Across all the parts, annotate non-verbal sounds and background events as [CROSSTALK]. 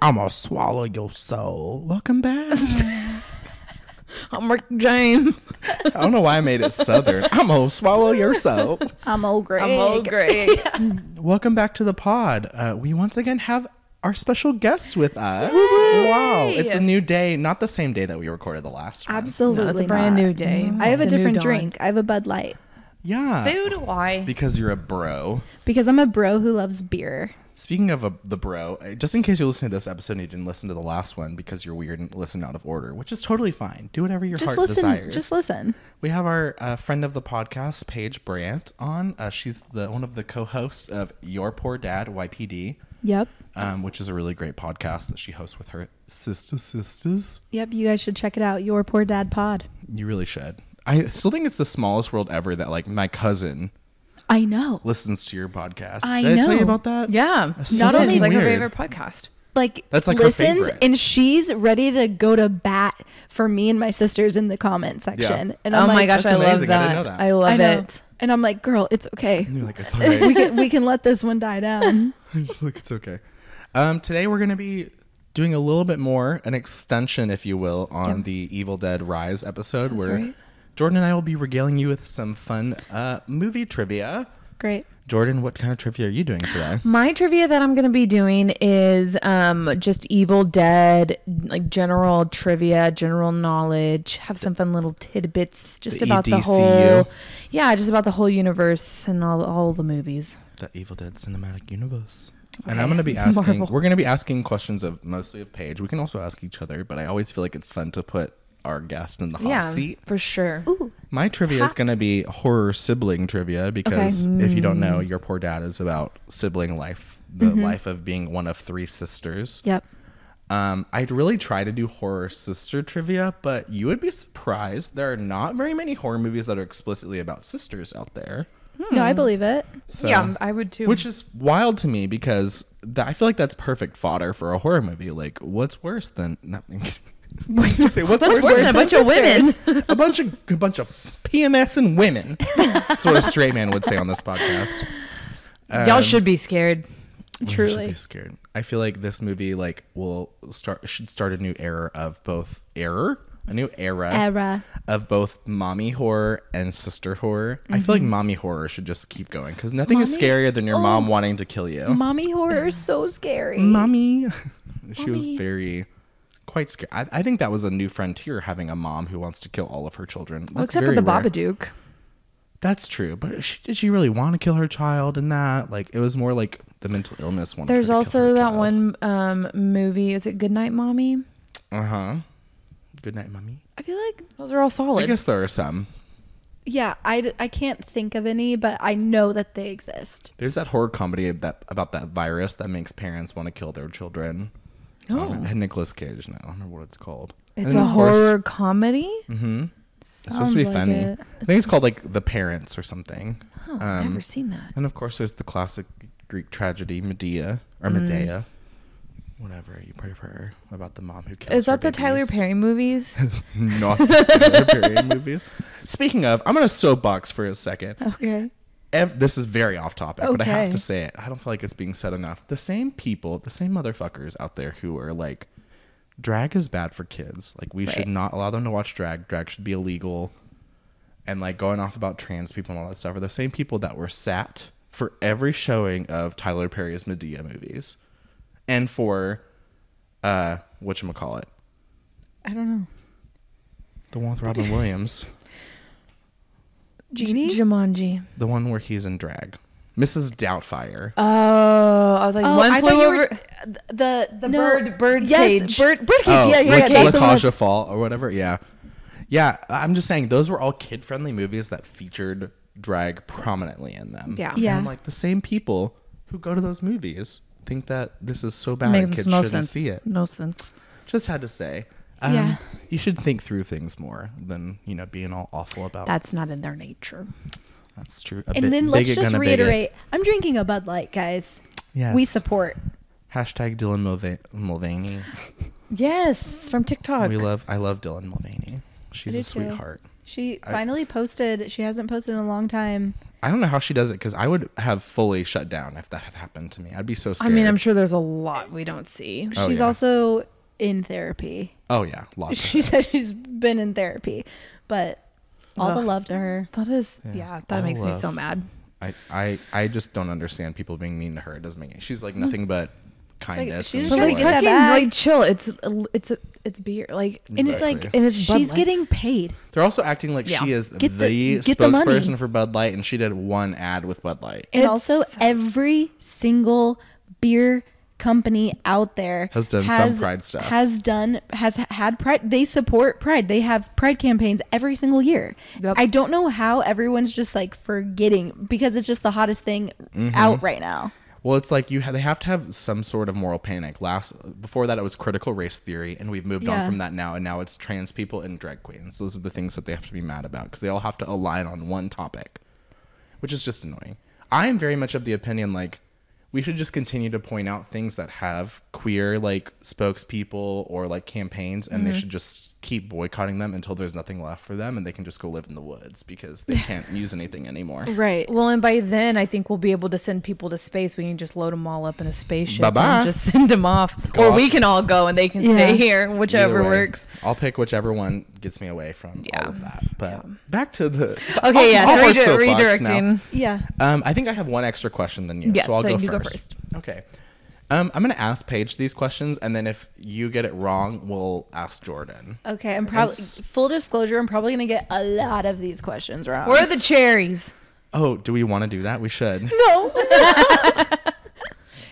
I'm gonna swallow your soul. Welcome [LAUGHS] back. I'm Rick James. I don't know why I made it southern. I'm gonna swallow your soul. I'm old Greg. I'm old Greg. Welcome back to the pod. Uh, we once again have our special guest with us. Wow, it's a new day. Not the same day that we recorded the last one. Absolutely. It's a brand not. new day. I have a It's new different dawn. drink. I have a Bud Light yeah, So do I. because you're a bro. because I'm a bro who loves beer. Speaking of a, the bro, uh, just in case you're listening to this episode and you didn't listen to the last one because you're weird and listen out of order, which is totally fine. Do whatever your Just heart listen. desires. Just listen. we have our uh, friend of the podcast, Paige Brandt, on. Uh, she's the one of the co-hosts of Your Poor Dad YPD, Yep. um, which is a really great podcast that she hosts with her sister sisters. Yep. You guys should check it out. Your poor dad pod. You really should. I still think it's the smallest world ever that like my cousin I know. listens to your podcast. I Did I tell you know. about that? [LAUGHS] Yeah. That's so Not only fucking like her weird. favorite podcast. Like That's like her listens favorite. and she's ready to go to bat for me and my sisters in the comment section. Yeah. And oh I'm my like, gosh, That's I love amazing. I didn't that. know I, that. I love know. it. And I'm like, girl, it's okay. And you're like, it's all right. [LAUGHS] we can we can let this one die down. I'm [LAUGHS] just like, it's okay. Um, today we're going to be doing a little bit more, an extension, if you will, on the Evil Dead Rise episode where right. Jordan and I will be regaling you with some fun uh, movie trivia. [LAUGHS] Great. Jordan, what kind of trivia are you doing [GASPS] today? My trivia that I'm going to be doing is um, just Evil Dead, like general trivia, general knowledge. Have some fun little tidbits just The E about the EDCU. whole, yeah, just about the whole universe and all all the movies. the Evil Dead cinematic universe. And I'm gonna be asking. Marvel. We're gonna be asking questions of mostly of Paige. We can also ask each other, but I always feel like it's fun to put our guest in the hot yeah, seat. for sure. Ooh. My trivia is hot. gonna be horror sibling trivia because if you don't know, your poor dad is about sibling life, the life of being one of three sisters. Yep. Um, I'd really try to do horror sister trivia, but you would be surprised. There are not very many horror movies that are explicitly about sisters out there. No, I believe it. So yeah, I would too. which is wild to me because th- I feel like that's perfect fodder for a horror movie. Like, what's worse than nothing? [LAUGHS] say, what's What's worse than a bunch of women? women? a bunch of a bunch of PMS and women. That's what a straight man would say on this podcast. Y'all um, should be scared. Women should Truly. be scared. I feel like this movie like will start should start a new era of both error, a new era Era. of both mommy horror and sister horror. I feel Mm-hmm. like mommy horror should just keep going because nothing is scarier than your Oh. mom wanting to kill you. Mommy horror is so scary. mommy. [LAUGHS] she was very quite scared. I, I think that was a new frontier having a mom who wants to kill all of her children. Well, That's except for very the rare. Babadook. That's true, but she, did she really want to kill her child in that? Like it was more like the mental illness one. There's also that one um, movie. Is it Goodnight Mommy? Uh huh. Good night, mommy. I feel like Those are all I solid. guess there are some. yeah, I, d- I can't think of any, but I know that they exist. There's that horror comedy of that about that virus that makes parents want to kill their children. Oh. Um, it had Nicolas Cage. and I don't remember what it's called. it's And a of course- horror comedy. Mm-hmm. It's supposed to be Sounds like funny. it. I think it's called like The Parents or something. Oh, I've Um, never seen that. And of course, there's the classic Greek tragedy Medea or Mm-hmm. Medea, whatever you prefer, about the mom who kills. Is her that the Tyler babies. Perry movies? [LAUGHS] Not the Tyler Perry [LAUGHS] movies. Speaking of, I'm gonna soapbox for a second. Okay. Ev- this is very off topic, but I have Okay. to say it. I don't feel like it's being said enough. The same people, the same motherfuckers out there who are like, drag is bad for kids. Like, we should Right. not allow them to watch drag. Drag should be illegal. And like going off about trans people and all that stuff are the same people that were sat for every showing of Tyler Perry's Medea movies and for, uh, whatchamacallit, I don't know. the one with [LAUGHS] Robin Williams, Genie? J- Jumanji. the one where he's in drag. Mrs. Doubtfire. Oh, I was like Oh, one I thought flew you over. were the the no, bird- bird yes, cage. bird bird cage. Oh, yeah, yeah, La- yeah. that's the one. Lakaja Fall or whatever. Yeah, yeah. I'm just saying those were all kid friendly movies that featured drag prominently in them. Yeah. And Yeah. I'm like the same people who go to those movies think that this is so bad and Makes kids no shouldn't sense. see it. No sense. Just had to say. Um, Yeah. You should think through things more than you know being all awful about. That's not in their nature. That's true. A And bit- then let's bigot just gonna bigot. reiterate. I'm drinking a Bud Light, guys. Yes. We support. Hashtag Dylan Mulva- Mulvaney. Yes, from TikTok. We love. I love Dylan Mulvaney. She's do a too. sweetheart. She I- finally posted. She hasn't posted in a long time. I don't know how she does it because I would have fully shut down if that had happened to me. I'd be so I scared. mean, I'm sure there's a lot we don't see. Oh, she's yeah. also in therapy. Oh yeah, lots. of- [LAUGHS] She said she's been in therapy, but all the Ugh. love to her. That is, yeah, that all makes me love. so mad. I, I I just don't understand people being mean to her. It doesn't make any. She's like nothing but kindness. she's and just But trying like, to get joy. that fucking, back. like, chill. It's it's a, it's beer. Like, And it's like Exactly. and it's Bud she's Light. getting paid. They're also acting like she Yeah. is Get the- the, get the money. spokesperson for Bud Light, and she did one ad with Bud Light. And It's- also every single beer company out there Has done some Pride stuff. Has done has h- had Pride. They support Pride. They have Pride campaigns every single year. Yep. I don't know how everyone's just like forgetting because it's just the hottest thing Mm-hmm. out right now. Well, it's like you ha- they have to have some sort of moral panic. Last before that, it was critical race theory, and we've moved on Yeah. from that now. And now it's trans people and drag queens. Those are the things that they have to be mad about because they all have to align on one topic, which is just annoying. I am very much of the opinion like we should just continue to point out things that have queer like spokespeople or like campaigns, and they should just keep boycotting them until there's nothing left for them, and they can just go live in the woods because they can't use anything anymore. Right. Well, and by then, I think we'll be able to send people to space. We can just load them all up in a spaceship Bye-bye. and just send them off, Go or we off. can all go and they can Yeah. stay here, Either whichever way, works. I'll pick whichever one gets me away from all Yeah. of that. But back to the Okay, yeah, off our it's redir- soapbox now. redirecting. Yeah. Um, I think I have one extra question than you, Yes, so I'll so go, you first. go first. Okay, um, I'm gonna ask Paige these questions, and then if you get it wrong, we'll ask Jordan. Okay. I'm probably full disclosure. I'm probably gonna get a lot of these questions wrong. Where are the cherries? Oh, do we want to do that? We should. [LAUGHS] no.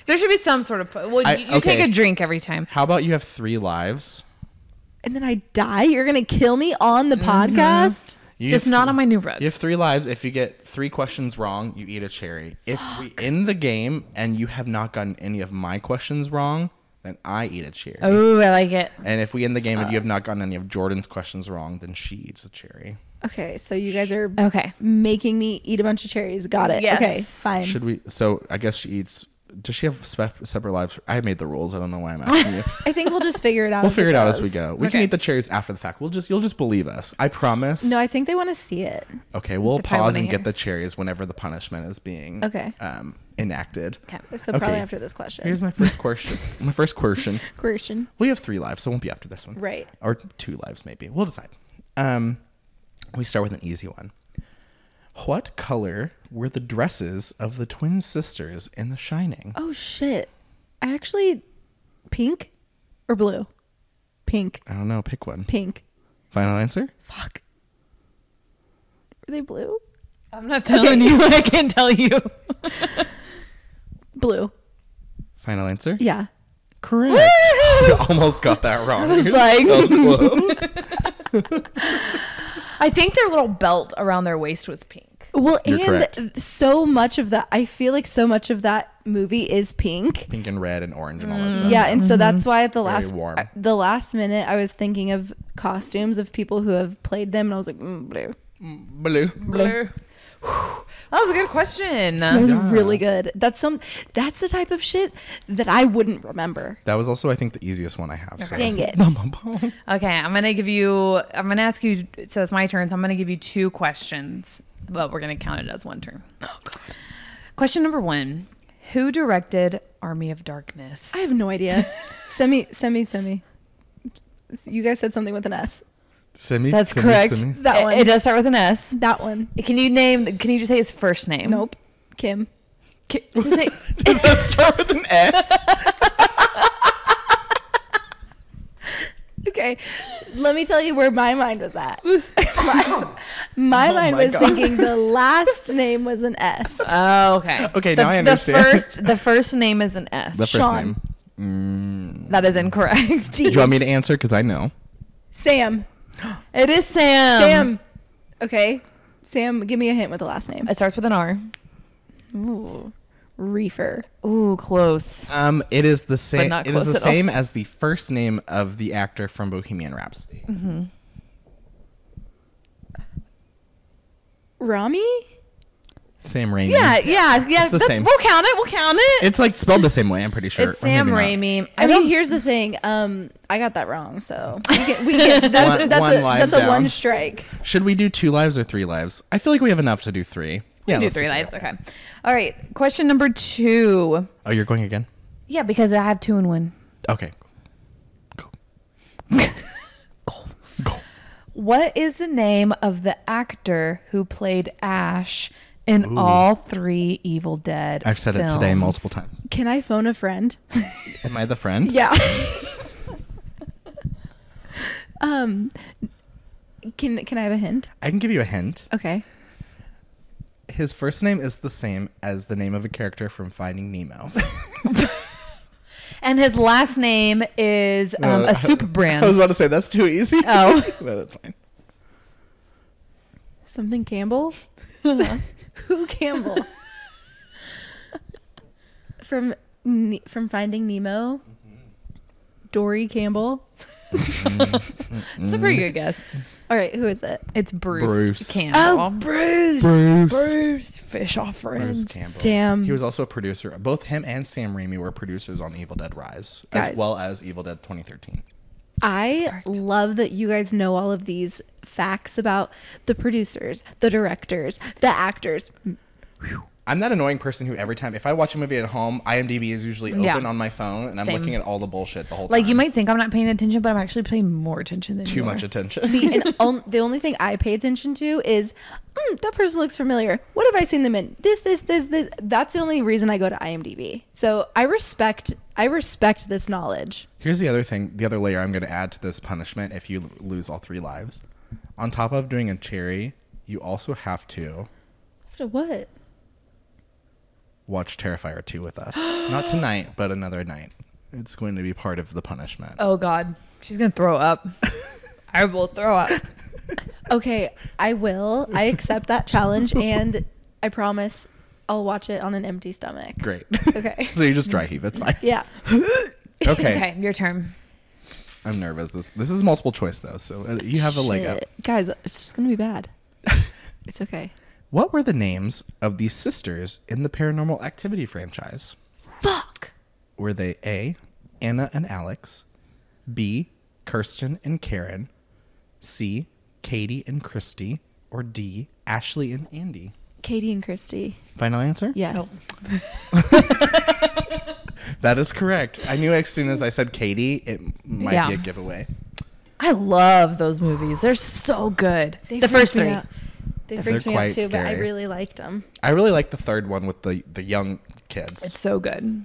There should be some sort of. Po- well, I- you, you okay. take a drink every time. How about you have three lives? [LAUGHS] and then I die. You're gonna kill me on the Mm-hmm. podcast. You Just have not th- on my new rug. You have three lives. If you get three questions wrong, you eat a cherry. If we end the game and you have not gotten any of my questions wrong, then I eat a cherry. Oh, I like it. And if we end the game and you have not gotten any of Jordan's questions wrong, then she eats a cherry. Okay. So you guys are Okay. making me eat a bunch of cherries. Got it. Yes. Okay, fine. Should we? So I guess she eats. Does she have spe- separate lives? I made the rules. I don't know why I'm asking you. I think we'll just figure it out. we'll as figure it out as we goes. go. We can Okay. eat the cherries after the fact. We'll just you'll just believe us. I promise. No, I think they want to see it. okay, we'll They probably pause wanna and get hear. the cherries whenever the punishment is being Okay. um, enacted. Okay. So Okay. probably after this question. Here's my first question. my first question. question. We have three lives, so it won't be after this one. Right. Or two lives, maybe. We'll decide. Um, we start with an easy one. What color were the dresses of the twin sisters in The Shining? Oh shit! I actually pink or blue. Pink. I don't know. Pick one. Pink. Final answer? Fuck. Were they blue? I'm not telling you what I can tell you. [LAUGHS] Blue. Final answer? Yeah. Correct. [LAUGHS] You almost got that [LAUGHS] wrong. was You're like- [LAUGHS] so close. I think their little belt around their waist was pink. Well, You're and correct. th- so much of that. I feel like so much of that movie is pink. Pink and red and orange and all that stuff. Mm, Yeah, and so that's why at the Very last warm. uh, the last minute I was thinking of costumes of people who have played them, and I was like, mm, blue. Blue. Blue. That was a good question. That was really good. That's some. That's the type of shit that I wouldn't remember. That was also, I think, the easiest one I have. So. Dang [LAUGHS] it. Bum, bum, bum. Okay, I'm gonna give you. I'm gonna ask you. So it's my turn. So I'm gonna give you two questions, but we're gonna count it as one turn. Oh God. Question number one: Who directed Army of Darkness? I have [LAUGHS] no idea. send me, send me, send me. You guys said something with an S. Simi? That's Simi, correct. Simi. [LAUGHS] [LAUGHS] That It- one. It, does start with an S. That one. Can you name? Can you just say his first name? Nope. Kim. Ki- just [LAUGHS] say- Does that start with an S? [LAUGHS] Okay. Let me tell you where my mind was at. [LAUGHS] my my mind my was God. thinking the last name was an S. oh, okay. Okay, The- now I understand. The first, the first name is an S. The first Sean. name. Mm. that is [LAUGHS] incorrect. Do you want me to answer? Because I know. Sam. It is Sam. Sam. Okay. Sam, give me a hint with the last name. It starts with an R. Ooh. Reefer. Ooh, close. Um, it is the same. not It is close the at all. same as the first name of the actor from Bohemian [LAUGHS] Rhapsody. Rami? Sam Raimi. Yeah, yeah, yeah. It's the that- same. We'll count it. We'll count it. It's like spelled the same way. I'm pretty sure. It's or maybe Sam not. Raimi. I, mean, don't- here's the thing. Um, I got that wrong, so we can, we can, that's, One- that's one a live that's a down. one strike. Should we do two lives or three lives? I feel like we have enough to do three. We Yeah, can do let's three do lives. Okay. All right. Question number two. Oh, you're going again? Yeah, because I have two and one. Okay. [LAUGHS] Cool. Cool. What is the name of the actor who played Ash in all three Evil Dead? I've said it today films? multiple times. Can I phone a friend? [LAUGHS] Am [LAUGHS] I the friend? [LAUGHS] yeah. um, can can I have a hint? I can give you a hint. Okay. His first name is the same as the name of a character from Finding Nemo. [LAUGHS] And his last name is um, Uh, [LAUGHS] a soup I was brand. about to say that's too easy. Oh. [LAUGHS] [LAUGHS] no, that's fine. Something Campbell. Who Campbell? [LAUGHS] from Ne- from Finding Nemo. Dory Campbell. It's a pretty good guess. All right, who is it? Oh, It's Bruce, Bruce. Campbell. Bruce. Bruce. Oh, Bruce Fish offerings. Bruce Campbell. Damn. He was also a producer. Both him and Sam Raimi were producers on Evil Dead Rise, Guys. as well as Evil Dead 2013. I love that you guys know all of these facts about the producers, the directors, the actors. I'm that annoying person who every time if I watch a movie at home, IMDb is usually open Yeah. on my phone and I'm Same. looking at all the bullshit the whole time. Like you might think I'm not paying attention, but I'm actually paying more attention than too you much are. attention. [LAUGHS] See, and on, the only thing I pay attention to is mm, that person looks familiar. What have I seen them in? This, this, this, this. That's the only reason I go to IMDb. So I respect, I respect this knowledge. Here's the other thing, the other layer I'm going to add to this punishment if you l- lose all three lives. On top of doing a cherry, you also have to After what? watch Terrifier 2 with [GASPS] us. Not tonight, but another night. It's going to be part of the punishment. Oh God, she's gonna throw up. [LAUGHS] I will throw up. [LAUGHS] Okay, I will. I accept that [LAUGHS] challenge, and I promise I'll watch it on an empty stomach. Great. Okay. [LAUGHS] so you just dry heave. It's fine. Yeah. [LAUGHS] Okay. Okay, your turn. I'm nervous. This this is multiple choice though, so uh, you have a leg up. Shit. Guys, it's just gonna be bad. it's okay. [LAUGHS] What were the names of the sisters in the Paranormal Activity franchise? Fuck. Were they A, Anna and Alex, B, Kirsten and Karen, C, Katie and Christy, or D, Ashley and Andy? Katie and Christy. Final answer? Yes. [LAUGHS] That is correct. I knew as soon as I said Katie, it might Yeah. be a giveaway. [LAUGHS] I love those movies. They're so good. the first three. They They're freaked me quite out too, but I scary. really liked them. I really like the third one with the, the young kids. It's so good.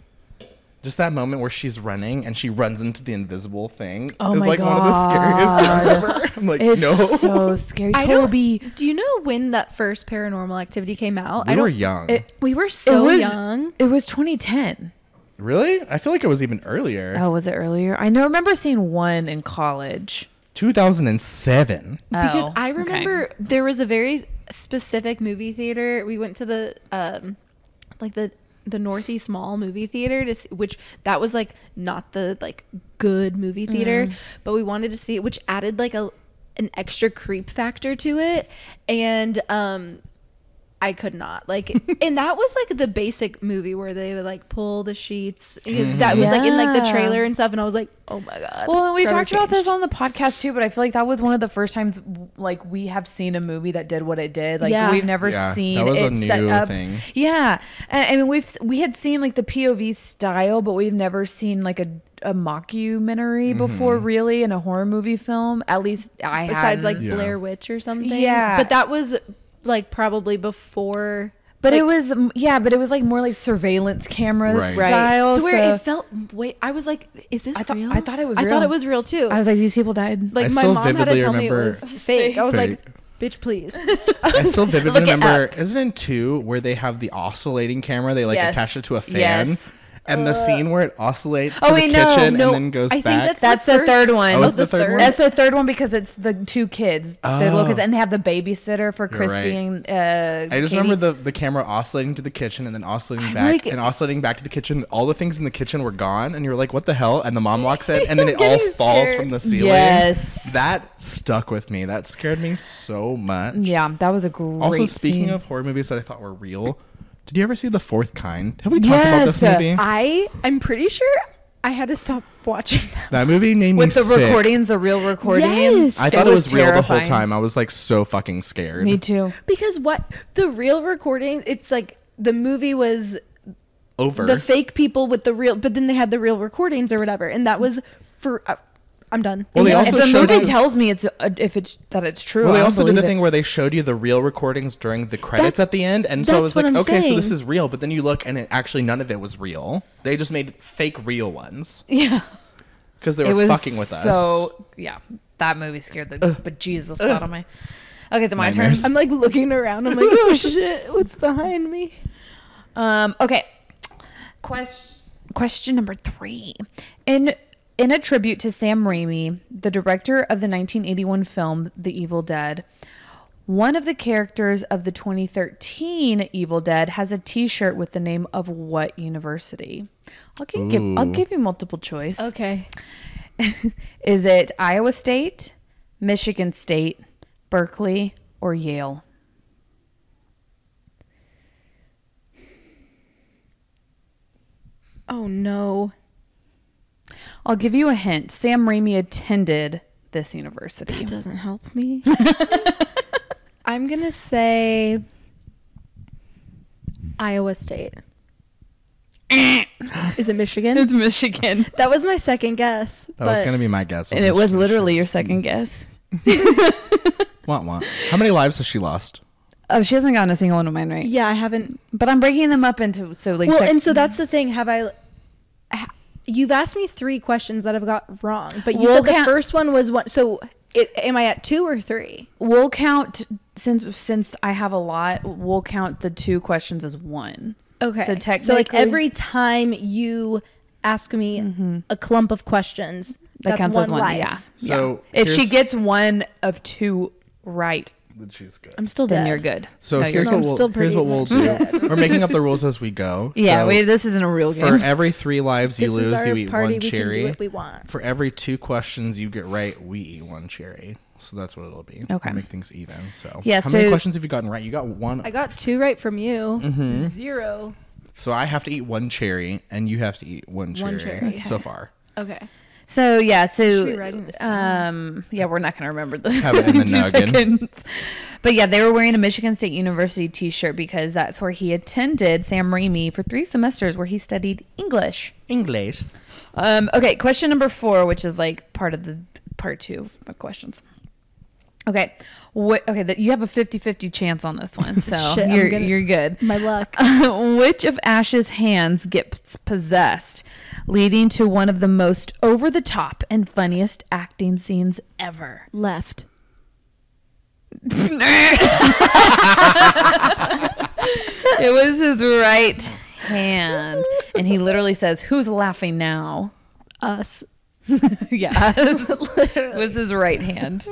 Just that moment where she's running and she runs into the invisible thing Oh is my like one of the scariest things ever. I'm like, It's no. so scary. [LAUGHS] I don't. Toby. Do you know when that first Paranormal Activity [LAUGHS] came out? I we don't. were young. it- We were so it was, young. It was 2010. really? I feel like it was even earlier. Oh, was it earlier? I know. I remember seeing one in college. 2007. because Oh, I okay. remember there was a very specific movie theater. We went to the um, like the the Northeast Mall movie theater to see, which that was like not the like good movie theater, Mm. but we wanted to see it, which added like a an extra creep factor to it, and um. I could not [LAUGHS] like, and that was like the basic movie where they would like pull the sheets. That was like in like the Yeah. trailer and stuff, and I was like, "Oh my god!" Well, we forever talked about changed. this on the podcast too, but I feel like that was one of the first times like we have seen a movie that did what it did. Like Yeah. we've never Yeah, that seen was a it set new up. thing. Yeah, I I mean we've we had seen like the POV style, but we've never seen like a a mockumentary Mm-hmm. before, really, in a horror movie film. At least I besides hadn't. like Blair Witch or something. Yeah. but that was like probably before. But like, it was yeah, but it was like more like surveillance camera Right. Right. style. to where it so- felt. Wait, I was like, is this I thought- real? I thought it was I real. thought it was real too. I was like, these people died. like, I my still mom had to vividly tell me it remember- was fake. I was Fake. like, bitch, [LAUGHS] please. I still vividly Look it remember, isn't it in two where they have the oscillating camera? They like Yes. attach it to a fan. Yes. And the scene where it oscillates to Oh, the wait, no, kitchen and no, then goes I think back. That's the first- third one. Oh, it's the third one? That's the third one because it's the two kids, the little Oh. kids, and they have the babysitter for Christy right. and uh, I just Katie. remember the, the camera oscillating to the kitchen and then oscillating back like- and oscillating back to the kitchen. All the things in the kitchen were gone, and you were like, "What the hell?" And the mom walks in, [LAUGHS] and then I'm it all getting falls scared. from the ceiling. Yes. that stuck with me. That scared me so much. yeah, that was a great. Also, speaking scene. of horror movies that I thought were real, did you ever see The Fourth Kind? Have we talked about this Yes. Uh, movie? I I'm pretty sure I had to stop watching that. That movie made me With the sick. recordings, the real recordings. Yes. I thought it was, real the whole terrifying. time. I was like so fucking scared. Me too. Because what the real recording, it's like the movie was Over. the fake people with the real, but then they had the real recordings or whatever, and that was for. Uh, I'm done. Well, they Yeah, also if the showed movie you- tells me it's uh, if it's that it's true. well, they I also believe did the it. thing where they showed you the real recordings during the credits That's- at the end, and so I that's was what like, I'm okay, so saying. this is real. But then you look, and it, actually, none of it was real. They just made fake real ones [LAUGHS] yeah, because they it were was fucking with us. So yeah, that movie scared the but Jesus out of my. Okay, it's my Nightmares. turn. I'm like looking around. [LAUGHS] I'm like, oh shit, what's behind me? Um, okay. Question question number three. In in a tribute to Sam Raimi, the director of the 1981 film The Evil Dead, one of the characters of the 2013 Evil Dead has a T-shirt with the name of what university? I'll give, give I'll Ooh. give you multiple choice. Okay, Is it Iowa State, Michigan State, Berkeley, or Yale? Oh no. I'll give you a hint. Sam Raimi attended this university. That doesn't help me. I'm going to say Iowa State. [CLEARS THROAT] Is it Michigan? It's Michigan. that was my second guess. that but was gonna be my guess. And it was literally your second guess. Wah, wah. How many lives has she lost? Oh, she hasn't gotten a single one of mine right. yeah, I haven't. But I'm breaking them up into so like Well, sec- and so that's the thing. Have I? ha- You've asked me three questions that I've got wrong, but you We'll said the count- first one was one. So, it, am I at two or three? we'll count since since I have a lot. We'll count the two questions as one. Okay. So technically, Mm-hmm. so like every time you ask me a clump of questions, that that's counts one as one. life. Yeah. So Yeah. if she here's- gets one of two right, I'm still dead. then you're good. So No, you're here's good. what I'm we'll still here's what we'll pretty do. We're making up the rules as we go. yeah. So wait, this isn't a real for game. every three lives you This is lose, our you eat party. one We can do cherry. what we want. For every two questions you get right, we eat one cherry. So that's what it'll be. Okay. Make things even. So Yeah, How many so- questions have you gotten right? You got one. I got two right from you. Mm-hmm. Zero. so I have to eat one cherry, and you have to eat one cherry, cherry. Okay. so far. Okay. So yeah, should be so writing this um, yeah, we're not gonna remember this. Have [LAUGHS] it in the Two noggin. seconds. But yeah, they were wearing a Michigan State University T-shirt because that's where he attended Sam Raimi for three semesters, where he studied English. English. Um, okay, question number four, which is like part of the part two of my questions. Okay, what? Okay, that you have a 50-50 chance on this [LAUGHS] one, so Shit, I'm you're gonna- you're good. My Uh, luck. [LAUGHS] Which of Ash's hands gets possessed, leading to one of the most over the top and funniest acting scenes [LAUGHS] ever? Left. it was his right hand. And he literally says, Who's laughing [LAUGHS] now? Us. yeah. [LAUGHS] it was his right [LAUGHS] hand.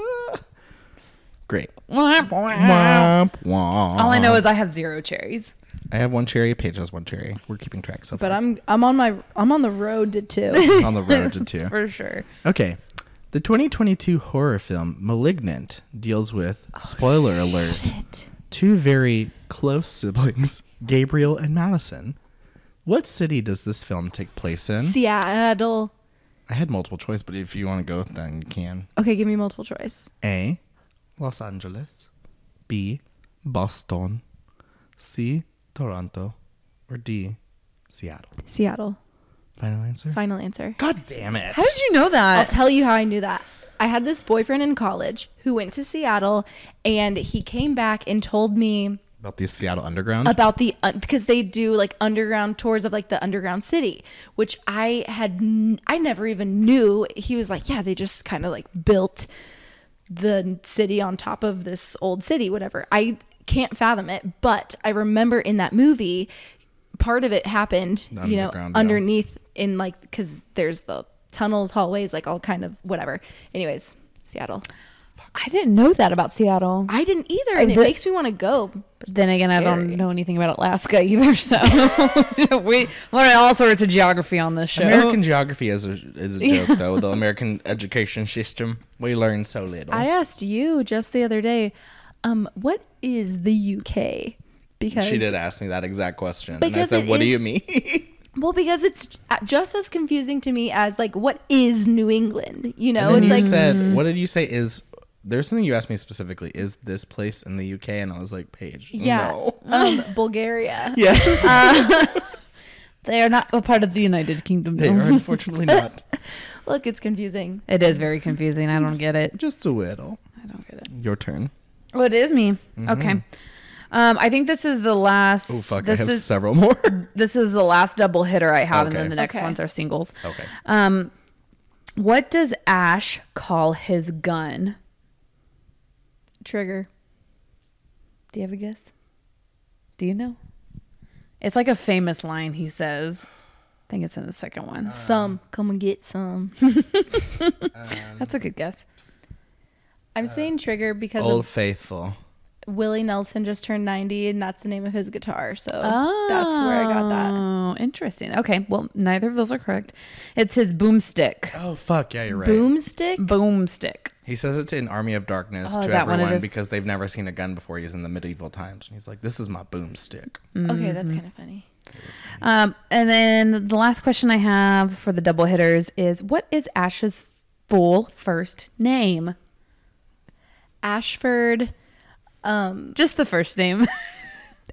Great. All All I know is I have zero cherries. I have one cherry. Paige has one cherry. We're keeping track. So But far. I'm I'm on my I'm on the road [LAUGHS] to two. on the road to two. For sure. Okay. The 2022 horror film Malignant deals with, Oh, spoiler alert, two very close siblings, [LAUGHS] Gabriel and Madison. What city does this film take place in? Seattle. I had multiple choice, but if you want to go with that, you can. Okay, give me multiple choice. A. Los Angeles. B. Boston. C. Toronto. Or D. Seattle. Seattle. Final answer? Final answer. God damn it. How did you know I'll Uh, that? tell you how I knew that. I had this boyfriend in college who went to Seattle, and he came back and told me About the Seattle Underground? about the because they do like underground tours of like the underground city which i had n- i never even knew he was like yeah they just kind of like built the city on top of this old city whatever i can't fathom it but i remember in that movie part of it happened The you know underground, yeah. underneath in like because there's the tunnels hallways like all kind of whatever anyways seattle I didn't know that about Seattle. i didn't either and it the- makes me want to go but Then again, I Scary. don't know anything about Alaska either, [LAUGHS] so we learn all sorts of geography on this show. American geography is a, is a joke, though. The [LAUGHS] American education system, we learn so little. I asked you just the other day, um, what is the UK? Because she did ask me that exact question. And I Because said, it What do is- [LAUGHS] you mean? Well, because it's just as confusing to me as like what is New England? You know, and then it's you like Mm. said, what did you say is there's something you asked me specifically, is this place in the UK? And I was like, Paige. yeah, [LAUGHS] No. [LAUGHS] um, Bulgaria. Yeah. They are not a part of the United [LAUGHS] Kingdom. they though. are [LAUGHS] unfortunately not. Look, it's confusing. [LAUGHS] It is very confusing. I don't get it. Just a little. I don't get it. Your turn. Oh, it is me. Okay. Um, I think this is the last. Oh Mm-hmm. fuck, This I have is several more. this is the last double hitter I have, and Okay. then the next Okay. ones are singles. [LAUGHS] okay. Um, what does Ash call his gun? Trigger. Do you have a guess? Do you know? It's like a famous line he says. I think it's in the second one. Some come and get some. That's a good guess. I'm saying trigger because Uh, Old of Faithful. Willie Nelson just turned 90, and that's the name of his guitar. So that's where I got Ah. that. Oh, interesting. Okay. Well, neither of those are correct. It's his boomstick. Oh fuck, yeah, you're right. Boomstick. Boomstick. He says it to an army of darkness Oh, is to that one it everyone is? because they've never seen a gun before. He's in the medieval times, and he's like, "This is my boomstick." Okay, that's Mm-hmm. kind of funny. Um, and then the last question I have for the double hitters is what is Ash's full first name? Ashford. Um, Just the first name. [LAUGHS]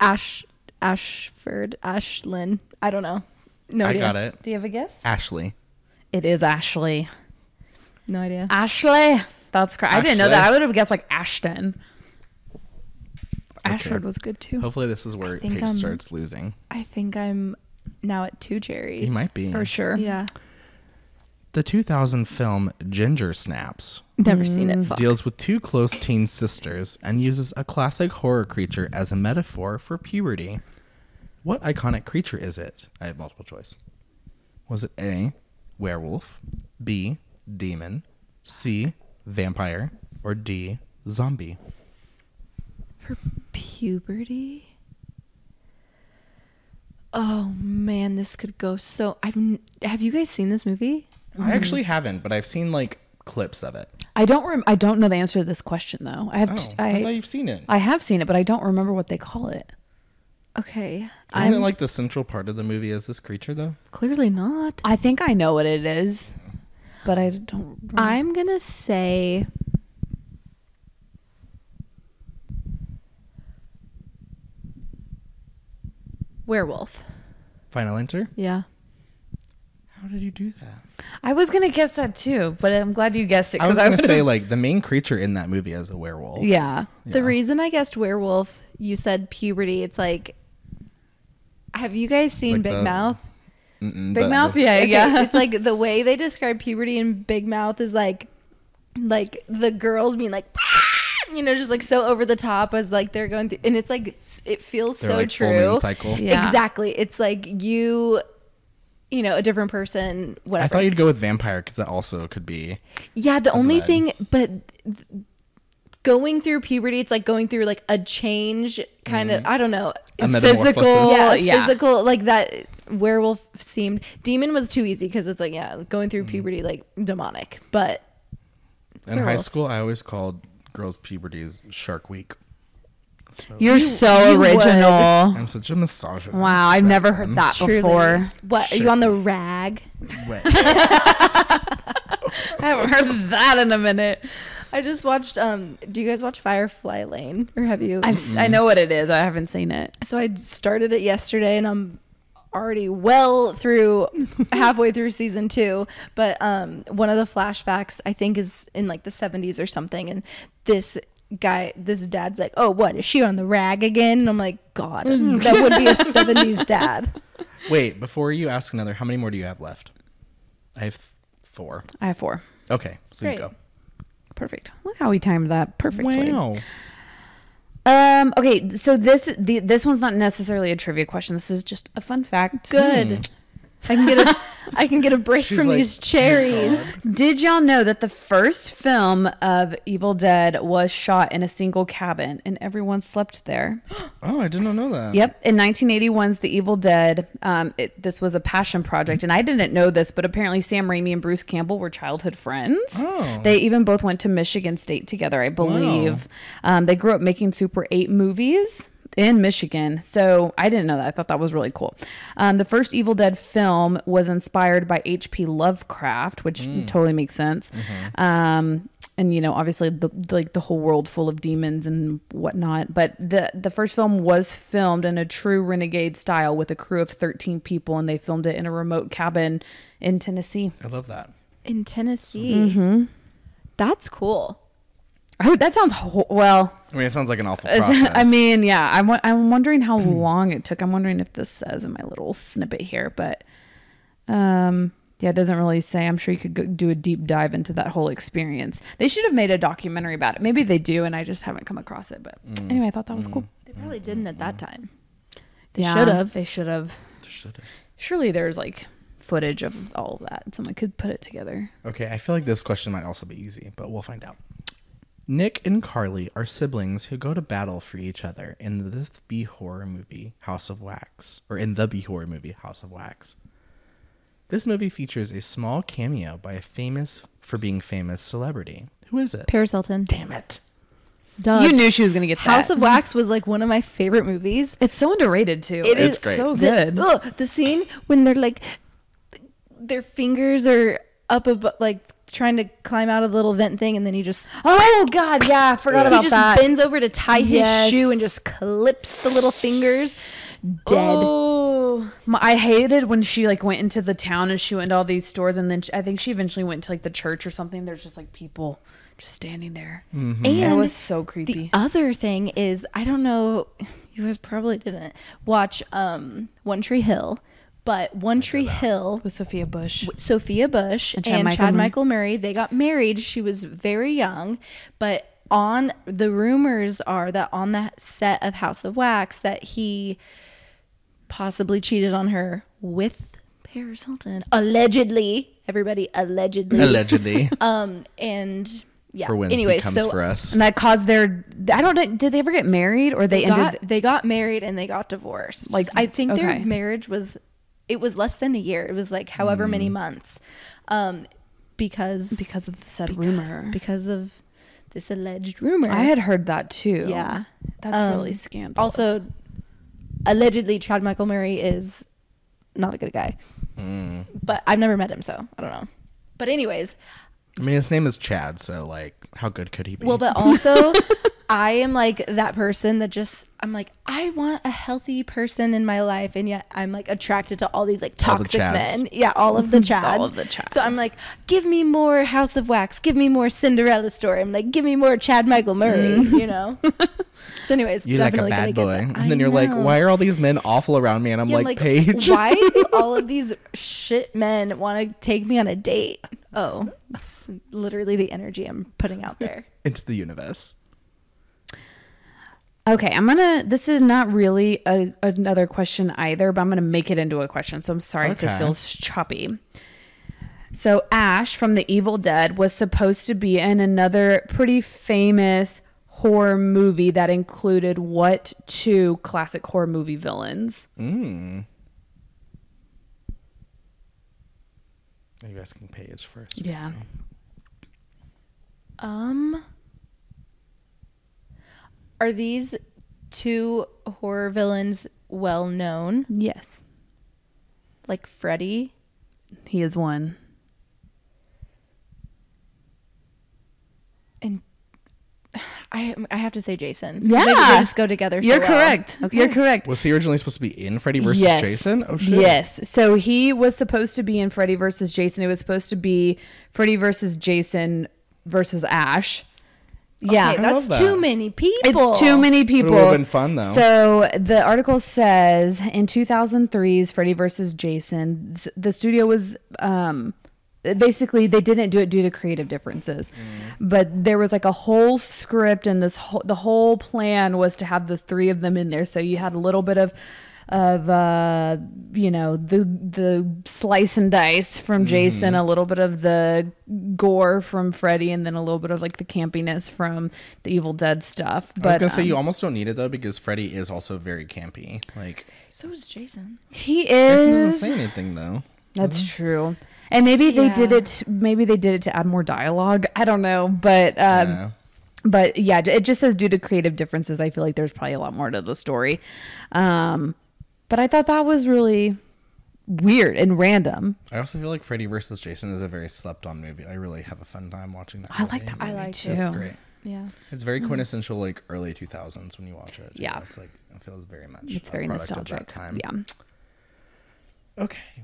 Ash. Ashford. Ashlyn. I don't know. No I idea. got it, Do you have a guess? Ashley. It is Ashley. No idea. Ashley. That's correct. I didn't know Ashley. that. I would have guessed like Ashton. Ashford was good too. Hopefully, this is where think Paige I'm- starts losing. I think I'm now at two cherries. He might be For sure. Yeah. The 2000 film Ginger Snaps Never seen it. Fuck. deals with two close teen sisters and uses a classic horror creature as a metaphor for puberty. What iconic creature is it? I have multiple choice. Was it A, werewolf, B, demon, C, vampire, or D, zombie? For puberty. Oh man, this could go so. I've n- have you guys seen this movie? I actually haven't, but I've seen like clips of it. I don't rem- I don't know the answer to this question though. I have Oh, t- I, I, thought you've seen it. I have seen it, but I don't remember what they call it. Okay, Isn't I'm it like the central part of the movie is this creature though? clearly not. I think I know what it is, but I don't remember. I'm gonna say. Werewolf. Final answer? Yeah. How did you do that? I was gonna guess that too, but I'm glad you guessed it. I was [LAUGHS] 'cause gonna would've- [LAUGHS] say like the main creature in that movie is a werewolf. yeah. Yeah. The reason I guessed werewolf, you said puberty. It's like, have you guys seen Like Big the- Mouth? Mm-mm, Big but mouth, the- [LAUGHS] yeah, Okay, yeah. It's like the way they describe puberty in Big Mouth is like, like the girls being like, "Ah!" you know, just like so over the top as like they're going through, and it's like s- it feels they're so like full moon true. cycle. Yeah. Exactly. It's like you, you know, a different person. Whatever. I thought you'd go with vampire because that also could be. Yeah, the only bad. thing, but th- going through puberty, it's like going through like a change, kind of. I don't know. A metamorphosis. physical, yeah, yeah, a physical like that. Werewolf seemed demon was too easy because it's like yeah, going through puberty like demonic, but In high werewolf. school, I always called girls' puberty is Shark Week. So You're so you would. original. I'm such a misogynist. Wow, I've never heard that truly, before. what are you on the rag? that. I haven't heard that in a minute. I just watched. Um, do you guys watch Firefly Lane or have you? I've si know what it is. I haven't seen it. so I started it yesterday and I'm already well through halfway through season two but um one of the flashbacks I think is in like the 70s or something and this guy this dad's like oh what is she on the rag again and I'm like god that would be a 70s dad Wait, before you ask another, how many more do you have left? I have four. I have four. Okay, so Great. you go. Perfect. Look how we timed that perfectly. Wow. Um. Okay. So this the this one's not necessarily a trivia question. This is just a fun fact. good I can get a I can get a break She's from like, these cherries Did y'all know that the first film of Evil Dead was shot in a single cabin and everyone slept there? Oh, I did not know that. Yep. In 1981's The Evil Dead, um, it, this was a passion project. And I didn't know this, but apparently Sam Raimi and Bruce Campbell were childhood friends. Oh. They even both went to Michigan State together, I believe. Um, they grew up making Super 8 movies. in Michigan. So I didn't know that. I thought that was really cool. Um, the first Evil Dead film was inspired by H.P. Lovecraft, which totally makes sense. Um, and you know, obviously, the, the- like the whole world full of demons and whatnot. But the the first film was filmed in a true renegade style with a crew of thirteen people, and they filmed it in a remote cabin in Tennessee. I love that. in Tennessee. That's cool. Oh, that sounds ho- well. I mean, it sounds like an awful Is- process. I mean, yeah, I'm, wo- I'm wondering how long it took. I'm wondering if this says in my little snippet here, but um, yeah, it doesn't really say. I'm sure you could go, do a deep dive into that whole experience. They should have made a documentary about it. Maybe they do, and I just haven't come across it. But anyway, I thought that was cool. They probably didn't at that time. They Yeah, should have. They should have. Should've. Surely there's like footage of all of that. Someone could put it together. Okay, I feel like this question might also be easy, but we'll find out. Nick and Carly are siblings who go to battle for each other in this B horror movie, House of Wax, or in the B horror movie, House of Wax. This movie features a small cameo by a famous for being famous celebrity. Who is it? Paris Hilton. Damn it. Duh. you knew she was gonna get Uh, House that. of Wax was like one of my favorite movies. It's so underrated too. It It's is great. so the, good. ugh, the scene when they're like, their fingers are up above, like trying to climb out of the little vent thing, and then he just Oh God, yeah, I forgot he about just that. bends over to tie his Yes. shoe and just clips the little fingers. Dead. Oh, My- I hated when she like went into the town and she went to all these stores, and then she, I think she eventually went to like the church or something. There's just like people just standing there. And That was so creepy. The other thing is, I don't know, you guys probably didn't watch um, One Tree Hill, but One Tree Hill, With Sophia Bush, Sophia Bush and Chad Chad, Michael Michael, Murray. Murray, they got married. She was very young, but on the rumors are that on the set of House of Wax that he possibly cheated on her with Paris Hilton. Allegedly. Everybody allegedly. [LAUGHS] Allegedly. um and yeah. for when anyway, he comes so for us. and that caused their. I don't know. Did they ever get married or they, they ended? got they got married and they got divorced. Like, Like I think okay. their marriage was it was less than a year. It was like however many Mm. months. Um because because of the said because, rumor. because of this alleged rumor. I had heard that too. yeah. that's Um, really scandalous. Also, allegedly, Chad Michael Murray is not a good guy, but I've never met him, so I don't know. But anyways, I mean, his name is Chad, so like, how good could he be? well, but also. [LAUGHS] I am like that person that just I'm like I want a healthy person in my life and yet I'm like attracted to all these like All the toxic Chads. men. Yeah, [LAUGHS] all of the chads. All of the Chads. So I'm like give me more House of Wax, give me more Cinderella story. I'm like give me more Chad Michael Murray, [LAUGHS] you know. so anyways, Mm. you're like a definitely gotta bad get boy, that. I and then you're like, know. why are all these men awful around me? And I'm Yeah, like, Paige. why do all of these shit men want to take me on a date? Oh, it's literally the energy I'm putting out there. [LAUGHS] into the universe. Okay, I'm gonna. This is not really a, another question either, but I'm gonna make it into a question. So I'm sorry if this Okay. feels choppy. So Ash from The Evil Dead was supposed to be in another pretty famous horror movie that included what two classic horror movie villains? Are you asking Paige first? Yeah, Um, are these two horror villains well known, yes, like Freddy? he is one. And I, I have to say Jason. Yeah. they, they just go together. so You're well. correct. You're correct. Was he originally supposed to be in Freddy versus Yes. Jason? Oh shit. Yes. So he was supposed to be in Freddy versus Jason. It was supposed to be Freddy versus Jason versus Ash. Yeah. Okay, I love that. that's too many people. It's too many people. would've been fun, though. So the article says in 2003's Freddy versus Jason, th- the studio was um, basically they didn't do it due to creative differences, Mm. but there was like a whole script and this whole the whole plan was to have the three of them in there. So you had a little bit of of uh you know the the slice and dice from Mm-hmm. Jason a little bit of the gore from Freddy and then a little bit of like the campiness from the Evil Dead stuff I was but gonna say um, you almost don't need it though because Freddy is also very campy. Like So is Jason. he Jason doesn't is say anything though. that's Mm-hmm. true and maybe they did Yeah. it maybe they did it to add more dialogue I don't know but um Yeah. but yeah, it just says due to creative differences. I feel like there's probably a lot more to the story. Um, but I thought that was really weird and random. I also feel like Freddy versus Jason is a very slept on movie. I really have a fun time watching that. I like that movie. movie like too. it. It's great. Yeah. It's very quintessential, like early two thousands when you watch it. you Yeah. know, it's like it feels very much. It's a very product of that nostalgic. time. Yeah. Okay.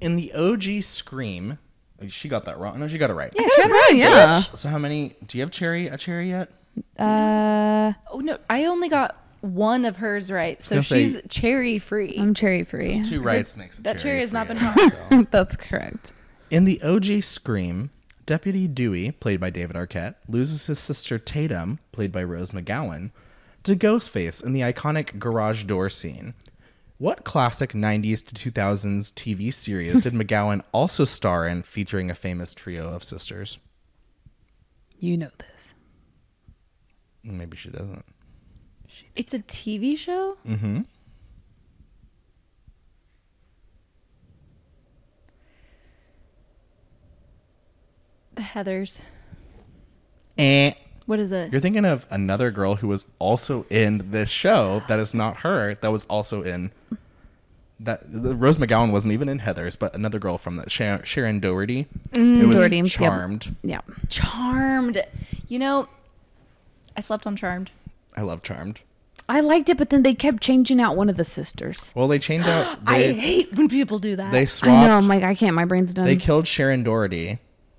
In the OG Scream, oh, she got that wrong. No, she got it right. Yeah, yeah. So how many? Do you have cherry a cherry yet? Uh, Oh no, I only got one of hers right, so gonna say- she's cherry free. I'm cherry free. [LAUGHS] Two rights makes a that cherry has not for been you, hard. [LAUGHS] so. That's correct. In the OG Scream, Deputy Dewey, played by David Arquette, loses his sister Tatum, played by Rose McGowan, to Ghostface in the iconic garage door scene. What classic 90s to 2000s TV series did McGowan also star in featuring a famous trio of sisters? You know this. Maybe she doesn't. It's a TV show. Mm-hmm. The Heathers. Eh. What is it? You're thinking of another girl who was also in this show that is not her, that was also in that the- Rose McGowan wasn't even in Heather's, but another girl from that Sharon, Sharon Doherty. Mm-hmm. it was Doherty, yep. Charmed. Yeah. Charmed. You know, I slept on Charmed. I love Charmed. I liked it, but then they kept changing out one of the sisters. Well, they changed [GASPS] out. I They, hate when people do that. they uh, I know. I'm swapped. like, I can't. My brain's done. They killed Sharon Doherty,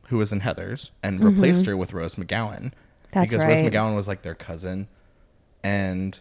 who was in Heather's, and replaced her with Rose McGowan Mm-hmm. That's because Rose right. McGowan was like their cousin, and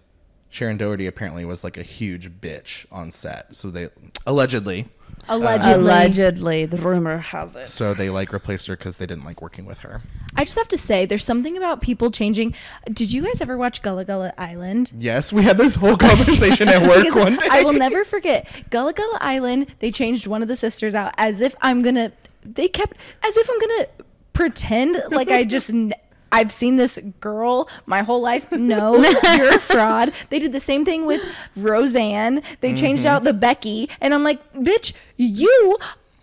Sharon Doherty apparently was like a huge bitch on set. So they allegedly. Allegedly. Allegedly, the rumor has it. So they like replaced her because they didn't like working with her. I just have to say, there's something about people changing. Did you guys ever watch Gullah Gullah Island? Yes, we had this whole [LAUGHS] conversation at work Because one day. I will never forget Gullah Gullah Island. They changed one of the sisters out as if I'm gonna. They kept as if I'm gonna pretend like I just. n- I've seen this girl my whole [LAUGHS] life. No, you're a fraud. They did the same thing with Roseanne. They changed Mm-hmm. out the Becky, and I'm like, bitch, you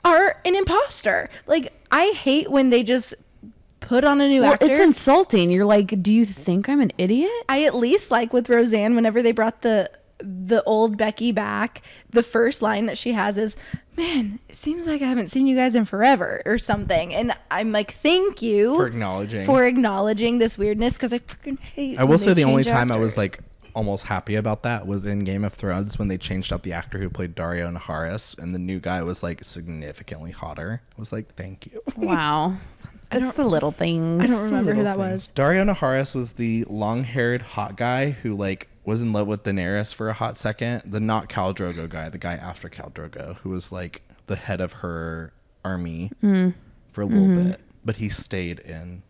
are an imposter. Like, I hate when they just put on a new Well, actor. it's insulting. You're like, do you think I'm an idiot? [LAUGHS] I at least like with Roseanne whenever they brought the the old Becky back, the first line that she has is, "Man, it seems like I haven't seen you guys in forever" or something. And I'm like, "Thank you For acknowledging. for acknowledging this weirdness because I freaking hate." [LAUGHS] I will when say they the only change time I was actors. like almost happy about that was in Game of Thrones when they changed out the actor who played Dario and Harris, and the new guy was like significantly hotter. I was like, thank you. Wow. It's the little things. I don't remember who that was. Dario Naharis was the long-haired hot guy who like was in love with Daenerys for a hot second. The not Cal Drogo guy, the guy after Cal Drogo, who was like the head of her army Mm. for a little Mm-hmm. bit, but he stayed in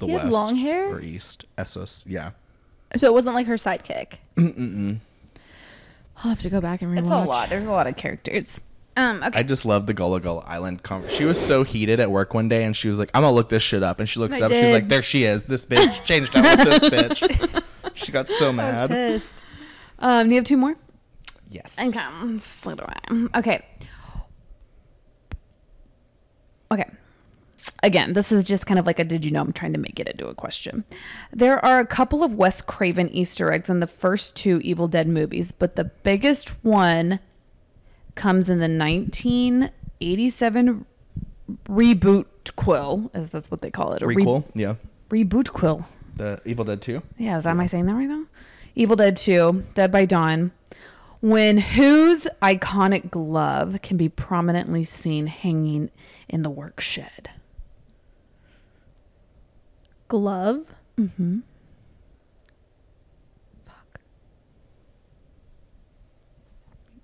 the He had west long hair? or east. Essos, yeah. So it wasn't like her [LAUGHS] sidekick. Mm-mm. I'll have to go back and rewatch. It's a lot. There's a lot of characters. Um, okay. I just love the Gullah Gullah Island conversation. She was so heated at work one day, and she was like, "I'm gonna look this shit up." And she looks it I up. She's like, did. "There she is. This bitch changed out with this [LAUGHS] bitch." She got so I was mad. pissed. Um, do you have two more? yes. And come. So do I. Okay. Okay. Again, this is just kind of like a did you know? I'm trying to make it into a question. There are a couple of Wes Craven Easter eggs in the first two Evil Dead movies, but the biggest one comes in the 1987 reboot quill, as that's what they call it. a re- Requel. yeah. reboot quill. The Evil Dead Two. Yeah, is that, am I saying that right though? Evil Dead 2, Dead by Dawn. When whose iconic glove can be prominently seen hanging in the work shed? Glove.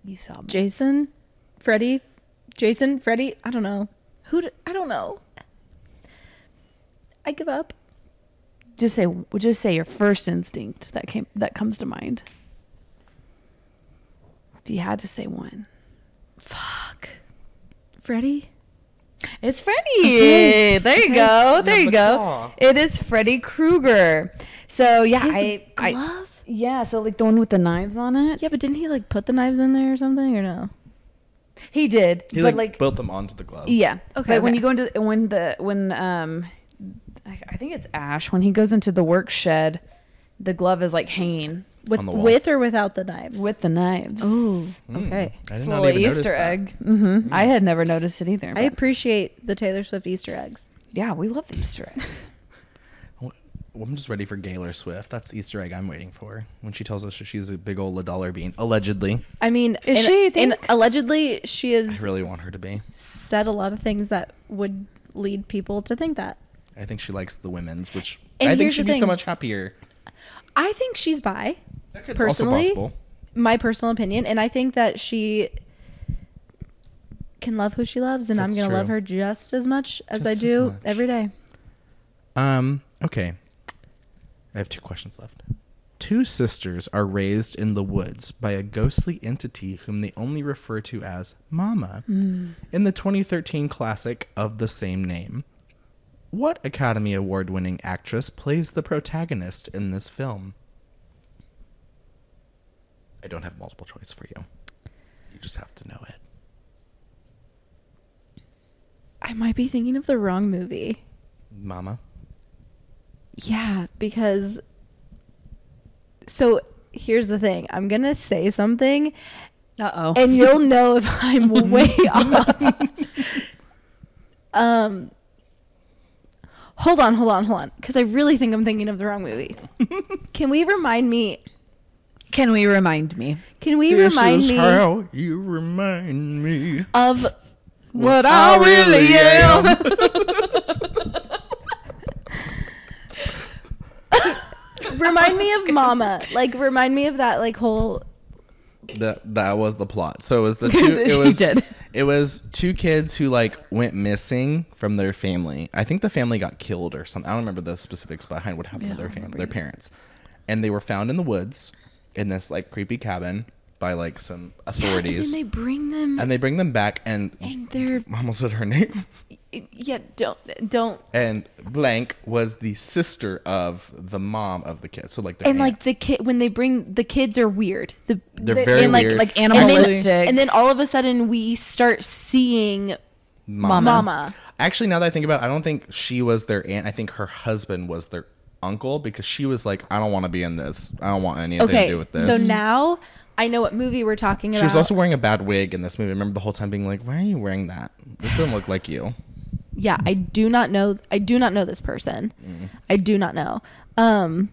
You saw me. Jason, Freddy, Jason, Freddy. I don't know who. d I don't know. I give up. Just say just say your first instinct that came that comes to mind. If you had to say one. Fuck, Freddy. It's Freddy. There you go. There you the go. claw. It is Freddy Krueger. So yeah, His I, I glove. yeah. So like the one with the knives on it. yeah, but didn't he like put the knives in there or something or no? He did. He but like, built them onto the glove. Yeah. Okay, But when okay. you go into when the when um I I think it's Ash when he goes into the work shed. The glove is like hanging On With the wall. with or without the knives. with the knives. okay. Hmm. I It's did a not little even notice Easter that. Hmm. egg. Mm-hmm. I had never noticed it either. I but- appreciate the Taylor Swift Easter eggs. yeah, we love the Easter eggs. Well, I'm just ready for Gaylor Swift. That's the Easter egg I'm waiting for. When she tells us she's a big old dollar bean, allegedly. I mean, Is and- she, you and think? allegedly she I has really want her to be. said a lot of things that would lead people to think that. I think she likes the women's, which And I think here's she'd the be so thing. much happier. I think she's bi. That could also Personally, possible. my personal opinion, and I think that she can love who she loves, and I'm That's gonna love true. her just as much as Just as I do much. every day. Um, okay. I have two questions left. Two sisters are raised in the woods by a ghostly entity whom they only refer to as Mama Hmm. in the 2013 classic of the same name. What Academy Award winning actress plays the protagonist in this film? I don't have multiple choice for you. You just have to know it. I might be thinking of the wrong movie. Mama? Yeah, because so here's the thing. I'm gonna say something Uh oh. and you'll [LAUGHS] know if [LAUGHS] I'm way off. Um Hold on, hold on, hold on. Because I really think I'm thinking of the wrong movie. Can we remind me? Can we remind me Can [LAUGHS] we this remind is me how you remind me. of what I really am. [LAUGHS] remind me of Mama? Like remind me of that like whole [LAUGHS] that that was the plot. So it was [LAUGHS] the two. It She was, did. It was two kids who like went missing from their family. I think the family got killed or something. I don't remember the specifics behind what happened to their family, their parents, and they were found in the woods in this like creepy cabin by like some authorities. and they bring them and they bring them back, and, and [LAUGHS] they're I almost said her name. yeah, don't don't And blank was the sister of the mom of the kid. So like, their and aunt. like the kid when they bring the kids are weird the They're the- very and like weird. like Like animalistic and then- and then, animalistic. all of a sudden we start seeing mama, Actually, now that I think about it, I don't think she was their aunt. I think her husband was their uncle because she was like, I don't want to be in this. I don't want anything to okay do with this. so now i know what movie we're talking about she was also wearing a bad wig in this movie. I remember the whole time being like, Why are you wearing that? It doesn't look like you. yeah i do not know i do not know this person Mm. i do not know um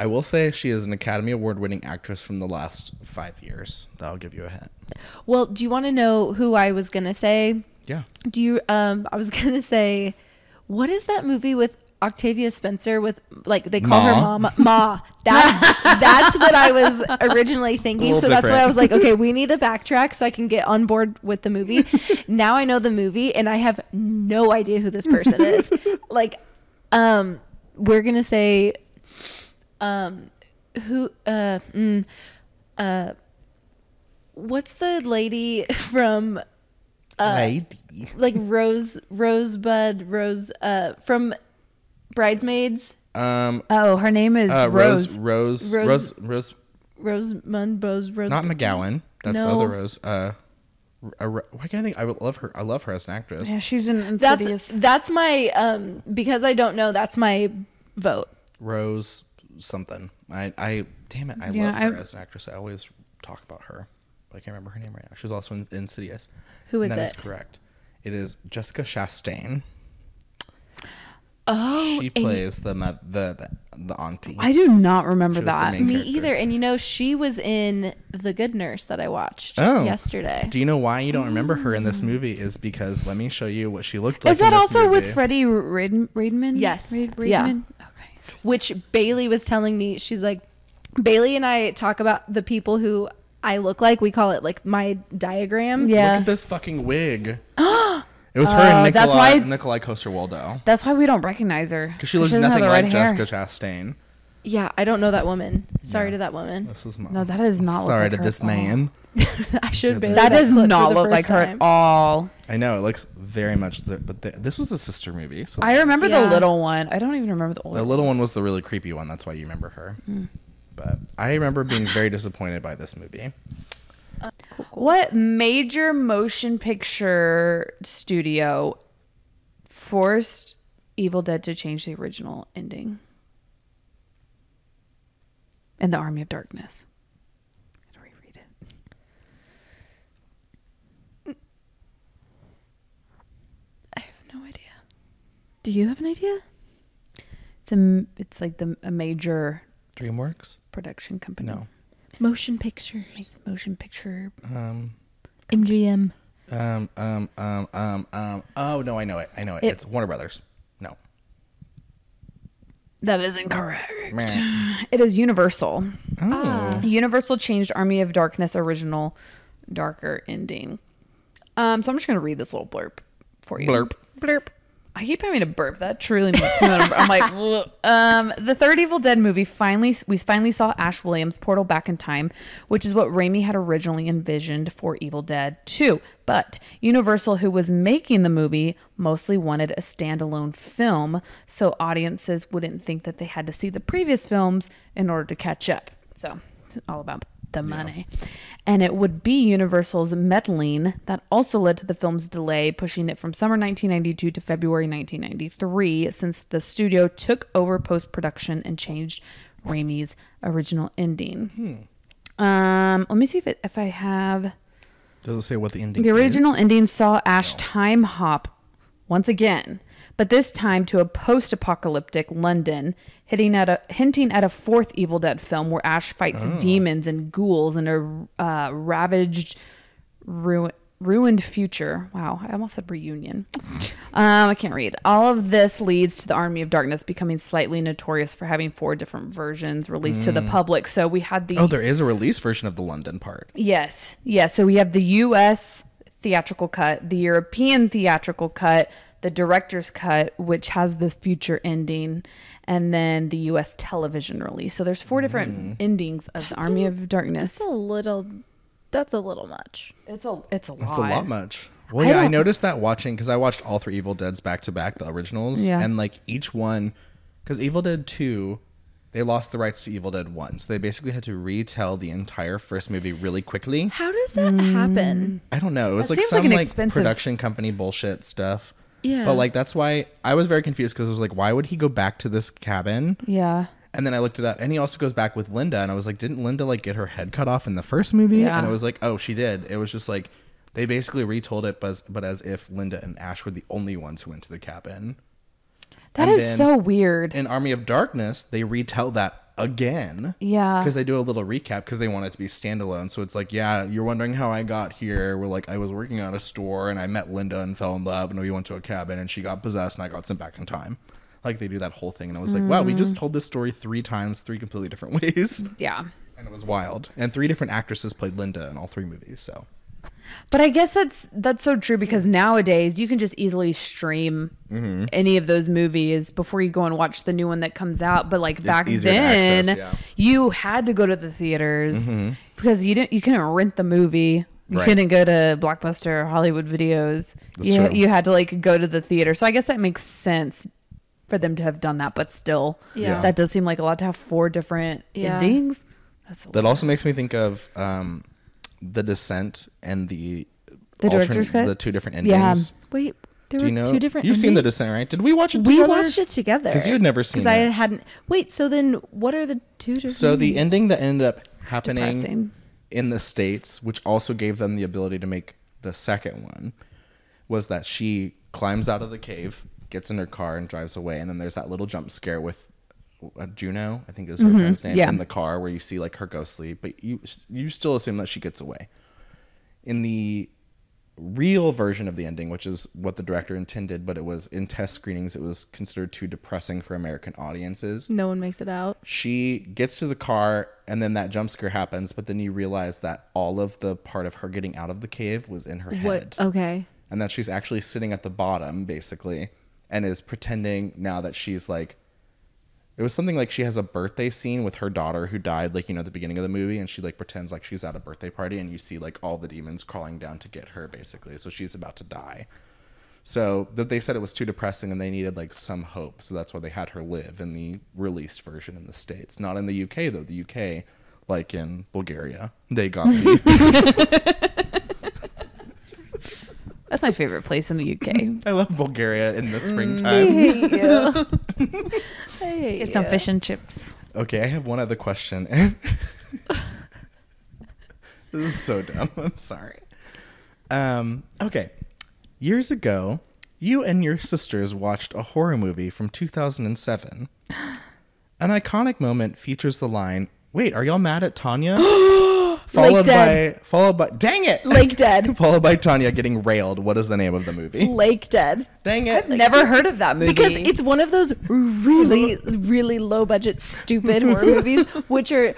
I will say she is an Academy Award winning actress from the last five years. That'll give you a hint. well do you want to know who i was gonna say Yeah. do you um i was [LAUGHS] gonna say what is that movie with Octavia Spencer with like they call her Ma. mama [LAUGHS] ma that's that's what I was originally thinking little so that's why different. I was like [LAUGHS] okay we need to backtrack so I can get on board with the movie now I know the movie and I have no idea who this person is [LAUGHS] like um we're gonna say um who uh mm, uh what's the lady [LAUGHS] from Uh, Lady. like rose rosebud rose uh from bridesmaids Um, Oh, her name is uh, Rose. Rose, Rose, Rose, Rose- Rose, rosemund bose rose not McGowan. That's the No. other Rose. Uh, a, why can't I think? I would love her. I love her as an actress. Yeah, she's in that's Insidious. that's my um because i don't know that's my vote Rose something. I, I damn it, I Yeah, love her I- as an actress. I always talk about her, but I can't remember her name right now. She was also in Insidious. Who And is That is it? correct. It is Jessica Chastain. oh she and plays the, mo- the the the auntie. I do not remember She was the that. main- me character. either and you know she was in the good nurse that i watched Oh. yesterday do you know why you don't remember her in this movie? Is because let me show you what she looked like. Is in that this also with movie. Freddie Rid- Ridman? Yes. Reid- Yeah. Ridman? Okay. which Bailey was telling me. She's like, Bailey and I talk about the people who I look like. We call it like my diagram. Look Yeah. at this fucking [GASPS] wig. it was her and Oh, Nikolai, that's why- Nikolai Coaster Waldo That's why we don't recognize her. because she looks doesn't have nothing the like red hair. Jessica Chastain. Yeah, I don't know that woman. Sorry to that woman. This is my, No, that does not look sorry like to her this at all. man. [LAUGHS] I should Bailey. That does clip for not the look like first her at time. all. I know it looks very much, the, but the, this was a sister movie. So I remember Yeah. the little one. I don't even remember the the older. little one was the really creepy one. That's why you remember her. Mm. But I remember being very disappointed by this movie. What major motion picture studio forced Evil Dead to change the original ending. And the Army of Darkness. I gotta reread it. I have no idea. Do you have an idea? It's a, m- it's like the a major DreamWorks? production company. No. Motion pictures. Makes motion picture. Um, MGM. um, um, um, um, um. Oh, no, I know it. I know it. It- it's Warner Brothers. No. That is incorrect. [LAUGHS] Meh. It is Universal. Oh. Universal changed Army of Darkness original darker ending. Um, so I'm just gonna read this little blurb for you. Blurp. Blurp. I keep having to burp. That truly makes me. wanna- I'm like, "Ugh." um, the third Evil Dead movie. Finally, we finally saw Ash Williams' portal back in time, which is what Raimi had originally envisioned for Evil Dead 2. But Universal, who was making the movie, mostly wanted a standalone film, so audiences wouldn't think that they had to see the previous films in order to catch up. So it's all about the money. And it would be Universal's meddling that also led to the film's delay, pushing it from summer 1992 to February 1993, since the studio took over post production and changed Raimi's original ending. Um, let me see if, it, if I have. Does it say what the ending The original is? ending saw Ash time hop once again, but this time to a post-apocalyptic London, hitting at a hinting at a fourth Evil Dead film where Ash fights Oh. demons and ghouls in a uh, ravaged, ruin, ruined future. Wow, I almost said reunion. um, I can't read. All of this leads to the Army of Darkness becoming slightly notorious for having four different versions released to the public. So we had the Mm. Oh, there is a release version of the London part. Yes. Yeah. So we have the US theatrical cut, the European theatrical cut, the director's cut, which has the future ending, and then the US television release. So there's four Mm-hmm. different endings of the Army of Darkness. It's a little. That's a little much. It's a it's a lot. It's a lot much. Well, yeah, I, don't- noticed that watching because I watched all three Evil Deads back to back, the originals, Yeah. and like each one, because Evil Dead Two, they lost the rights to Evil Dead One, so they basically had to retell the entire first movie really quickly. How does that happen? I don't know. It was That like seems like some an like, expensive- production company bullshit stuff. Yeah. But like that's why I was very confused because I was like, why would he go back to this cabin? Yeah. And then I looked it up, and he also goes back with Linda, and I was like, didn't Linda like get her head cut off in the first movie? Yeah. And I was like, oh, she did. It was just like they basically retold it, but as, but as if Linda and Ash were the only ones who went to the cabin. That And is then- so weird. In Army of Darkness, they retell that again. Yeah. Because they do a little recap because they want it to be standalone. So it's like, yeah, you're wondering how I got here. We're like, I was working at a store and I met Linda and fell in love and we went to a cabin and she got possessed and I got sent back in time. Like they do that whole thing. And I was like, Hmm. wow, we just told this story three times, three completely different [LAUGHS] ways. yeah. And it was wild. And three different actresses played Linda in all three movies. So But I guess that's that's so true because nowadays you can just easily stream Mm-hmm. any of those movies before you go and watch the new one that comes out. But like back easier to then, access, yeah. Mm-hmm. you had to go to the theaters because you didn't you couldn't rent the movie. You Right. couldn't go to Blockbuster, or Hollywood videos. That's you true. you had to like go to the theater. So I guess that makes sense for them to have done that. But still, Yeah. that does seem like a lot to have four different Yeah. endings. That's a that also makes me think of um, The Descent and the. The director's cut? The two different Yeah. endings. Wait, there Do were you know? two different. You've seen The endings? Descent, right? Did we watch it We together? watched it together. 'Cause you had never seen Because I it. hadn't. Wait, so then what are the two different? So the endings? ending that ended up happening depressing. in the states, which also gave them the ability to make the second one, was that she climbs out of the cave, gets in her car, and drives away. And then there's that little jump scare with uh, Juno, I think is her friend's name, Mm-hmm. Yeah. in the car where you see like her ghostly, but you you still assume that she gets away. In the real version of the ending, which is what the director intended, but it was in test screenings, it was considered too depressing for American audiences No one makes it out. she gets to the car and then that jump scare happens but then you realize that all of the part of her getting out of the cave was in her head What? Okay. and that she's actually sitting at the bottom basically and is pretending now that she's like it was something like she has a birthday scene with her daughter who died like you know at the beginning of the movie and she like pretends like she's at a birthday party and you see like all the demons crawling down to get her basically so she's about to die so that they said it was too depressing and they needed like some hope so that's why they had her live in the released version in the states not in the uk though the uk like in bulgaria they got the That's my favorite place in the [LAUGHS] UK. I love Bulgaria in the springtime. Get some fish and chips. okay, I have one other question. [LAUGHS] this is so dumb. [LAUGHS] I'm sorry. Um, okay. Years ago, you and your sisters watched a horror movie from 2007. An iconic moment features the line, "Wait, are y'all mad at [GASPS] Tanya?" [GASPS] followed by Dead. followed by Dang it. Lake [LAUGHS] Dead. followed by Tanya getting railed. What is the name of the [LAUGHS] movie? Lake Dead. Dang it. Never heard of that movie. Because it's one of those really, really low budget, stupid [LAUGHS] horror movies, which are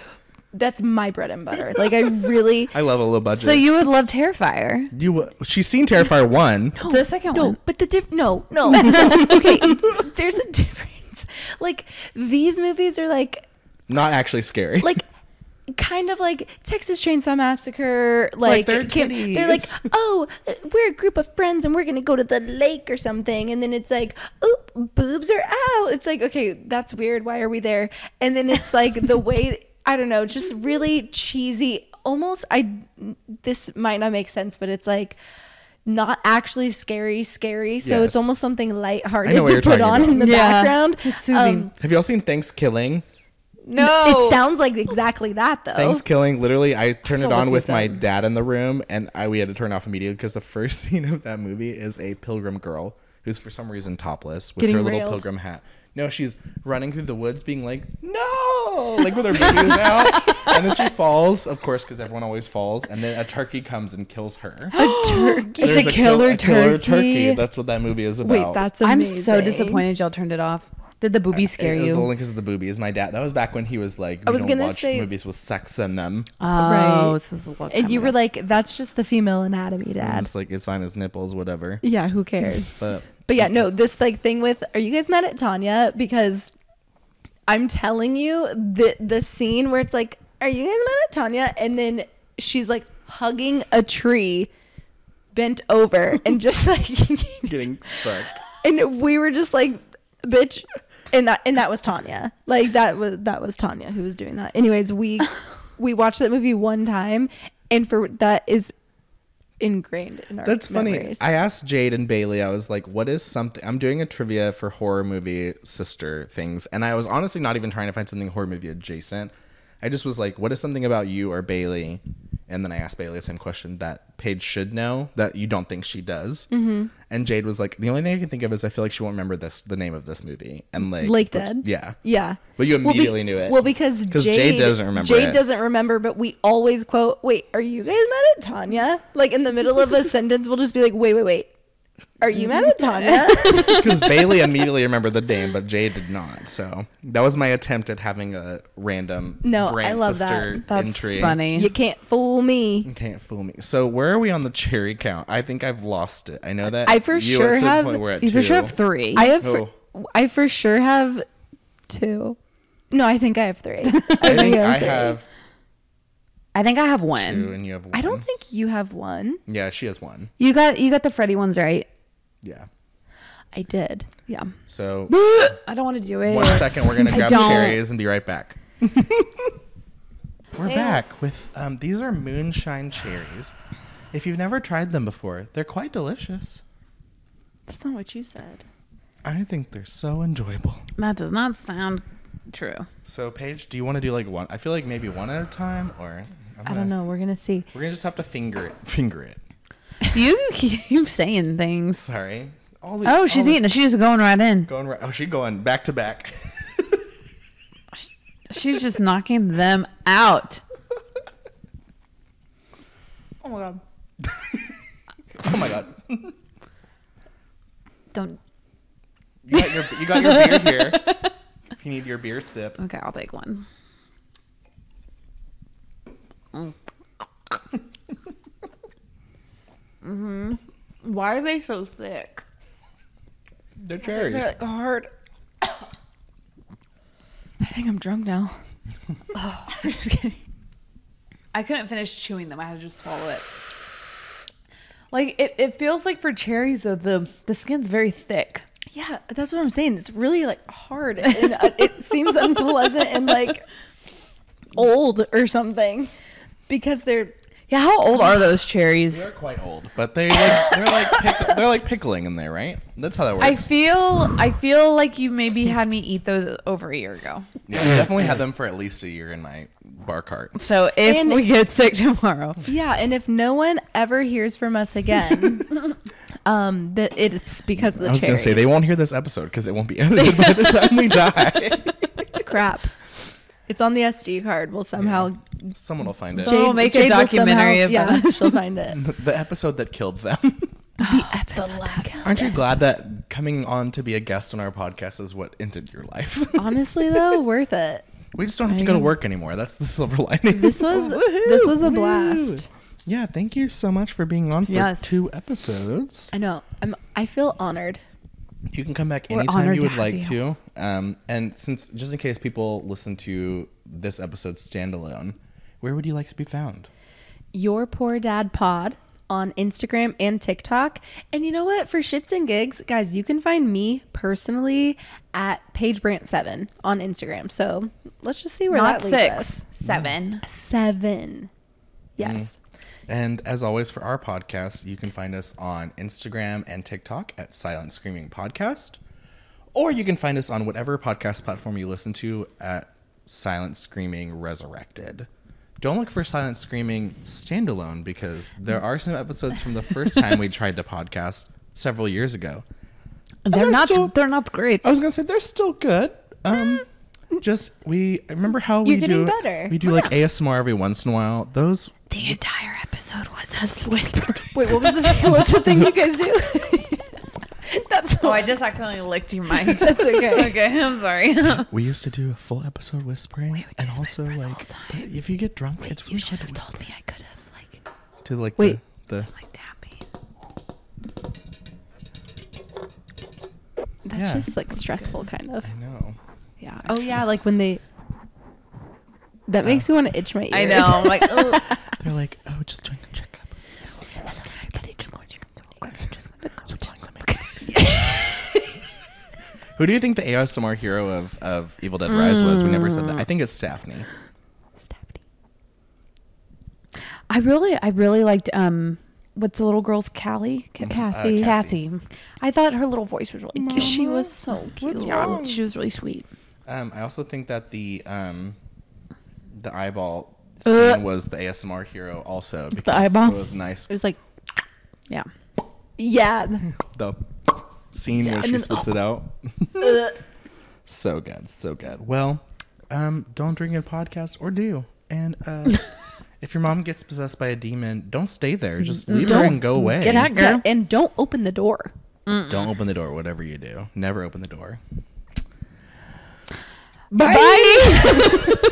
that's my bread and butter. Like I really I love a low budget. so you would love Terrifier. You she's seen Terrifier one. the second no, one. but the diff no, no, [LAUGHS] no. Okay, there's a difference. Like these movies are like Not actually scary. like kind of like Texas Chainsaw Massacre. Like, they're can- they're like, titties. [LAUGHS] oh, uh, we're a group of friends and we're gonna go to the lake or something, and then it's like, oop, boobs are out. It's like, okay, that's weird. Why are we there? And then it's like [LAUGHS] the way I don't know, just really cheesy. Almost, I this might not make sense, but it's like. Not actually scary, scary. So Yes. it's almost something I know lighthearted what to you're put talking on in about. the Yeah. background. Um, It's soothing. Have y'all seen Thanksgiving? no. it sounds like exactly that though. Thanksgiving. Literally, I turned it look on with these my up. dad in the room, and I we had to turn it off immediately because the first [LAUGHS] scene of that movie is a pilgrim girl who's for some reason topless with Getting her little railed. pilgrim hat. No, she's running through the woods, being like, "No!" Like with her baby [LAUGHS] is out, and then she falls, of course, because everyone always falls. And then a turkey comes and kills [GASPS] her. It's a, kill- killer, killer turkey. That's what that movie is about. Wait, that's I'm amazing. so disappointed y'all turned it off. Did the boobies scare it was you? only because of the boobies. My dad. That was back when he was like, we was don't gonna watch say- movies with sex in them. Oh, Right. it was supposed to look. And you were like, that's just the female anatomy, And Dad. It's like it's fine as nipples, [LAUGHS] whatever. Yeah, who cares? But But yeah, no, this like thing with are you guys mad at Tanya? Because I'm telling you, the the scene where it's like, Are you guys mad at Tanya? And then she's like hugging a tree, bent over, and just like [LAUGHS] getting fucked. and we were just like, bitch. And that and that was Tanya. Like that was that was Tanya who was doing that. [LAUGHS] Anyways, we we watched that movie one time, and for that is ingrained in our That's funny. memories. I asked Jade and Bailey. I was like, "What is something?" I'm doing a trivia for horror movie sister things, and I was honestly not even trying to find something horror movie adjacent. I just was like, "What is something about you or Bailey?" And then I asked Bailey the same question that Paige should know that you don't think she does. Mm-hmm. And Jade was like, "The only thing I can think of is I feel like she won't remember this the name of this movie." And like, Lake but- Dead? Yeah, yeah. But you Well, be- immediately knew it. Well, because Jade, Jade doesn't remember Jade it. doesn't remember, but we always quote, "Wait, are you guys mad at Tanya?" Like in the middle of [LAUGHS] a sentence, we'll just be like, "Wait, wait, wait, are you mad [LAUGHS] at Tanya?" because Bailey immediately remembered the name, but Jade did not. So that was my attempt at having a random No, I brand love sister That's entry. funny. you can't fool me. Can't fool me. So where are we on the cherry count? I think I've lost it. I know that I for you sure at some have- Point were at You for two. sure have three. I have, Oh. for, I for sure have two. No, I think I have three. I, I [LAUGHS] think I have three. have I think I have two, one. and you have. One. I don't think you have one. Yeah, she has one. You got you got the Freddy ones right. Yeah. I did. Yeah. So I don't want to do it. one second, we're gonna I grab don't. cherries and be right [LAUGHS] back. we're back with um, these are moonshine cherries. If you've never tried them before, they're quite delicious. That's not what you said. I think they're so enjoyable. That does not sound true. So, Paige, do you want to do like one? I feel like maybe one at a time, or I'm I don't gonna- know. We're gonna see. We're gonna just have to finger it. Finger it. You keep [LAUGHS] saying things. Sorry. All the, Oh, she's all the- eating. it. She's going right in. Going right. Oh, she's going back to back. [LAUGHS] She's just knocking them out. Oh my god. Oh my god. You Don't. got your you got your beer [LAUGHS] here. If you need your beer sip. Okay, I'll take one. Mm. hmm Why are they so thick? They're cherries. They're like [COUGHS] hard. I think I'm drunk now. oh, I'm just kidding. I couldn't finish chewing them. I had to just swallow it. Like it, it feels like for cherries though the the skin's very thick. Yeah, that's what I'm saying. It's really like hard, and uh, it [LAUGHS] seems unpleasant and like old or something because they're Yeah, how old are those cherries? They're quite old, but they like, they're like pick, they're like pickling in there, right? That's how that works. I feel I feel like you maybe had me eat those over a year ago. yeah, I definitely had them for at least a year in my bar cart. So if And- we get sick tomorrow, Yeah, and if no one ever hears from us again, [LAUGHS] um, that it's because of the I was cherries. gonna say they won't hear this episode because it won't be edited by the time we die. crap. It's on the SD card. We'll somehow [LAUGHS] Someone will find it. So- Someone will make a will documentary somehow- about yeah, she'll find it. the episode that killed them. the last. Aren't you glad that coming on to be a guest on our podcast is what ended your [LAUGHS] life? [LAUGHS] Honestly, though, worth it. we just don't have to go to work anymore. That's the silver lining. [LAUGHS] This [LAUGHS] was this was a blast. yeah, thank you so much for being on for Yes. two episodes. I know. I'm. I feel honored. You can come back We're anytime honored you to would have like you. to. Um, and since just in case people listen to this episode standalone, where would you like to be found? Your Poor Dad Pod on Instagram and TikTok. And you know what? For shits and gigs, guys, you can find me personally at Paige Brandt 7 on Instagram. So let's just see where not that leads six, seven. us. Seven. Yes. And as always for our podcast, you can find us on Instagram and TikTok at Silent Screaming Podcast, or you can find us on whatever podcast platform you listen to at Silent Screaming Resurrected. Don't look for Silent Screaming standalone because there are some episodes from the first time we tried to podcast several years ago. They're, they're not. still- they're not great. I was gonna say they're still good. Um, just we remember how we Eh. You're getting do better. Oh, we do like ASMR every once in a while. Those The entire episode was us whispering. Wait, what was the [LAUGHS] thing, what's the thing you guys [LAUGHS] do? That's [LAUGHS] Oh, oh, I just accidentally licked your [LAUGHS] mic. That's okay. okay, I'm [LAUGHS] sorry. Oh. We used to do a full episode whispering, and also like but if you get drunk, it's really hard to whisper. me I could have like To like Wait. the, the like tapping. that's Yeah. just like stressful kind of. I know. Yeah. Oh yeah, like when they that makes me want to itch my ears. I know. I'm like, ugh. They're like, oh, just doing a checkup. [LAUGHS] [LAUGHS] Supplying the makeup. Who do you think the ASMR hero of, of Evil Dead Rise was? We never said that. I think it's Daphne. [LAUGHS] I really, I really liked um, what's the little girl's Callie, Ca- Cassie, Cassie. Cassie. I thought her little voice was really. Cute. She was so cute. Yeah, she was really sweet. Um, I also think that the um, the eyeball Uh. scene was the ASMR hero also because eyeball? it was nice. It was like Yeah. [LAUGHS] yeah. the scene where And she then- oh, uh. spits it out. [LAUGHS] so good, so good. Well, um, don't drink and podcast or do. And [LAUGHS] uh, if your mom gets possessed by a demon, don't stay there. Just leave her and go away. Get out, yeah. girl. And don't open the door. Don't open the door. Whatever you do, never open the door. Bye.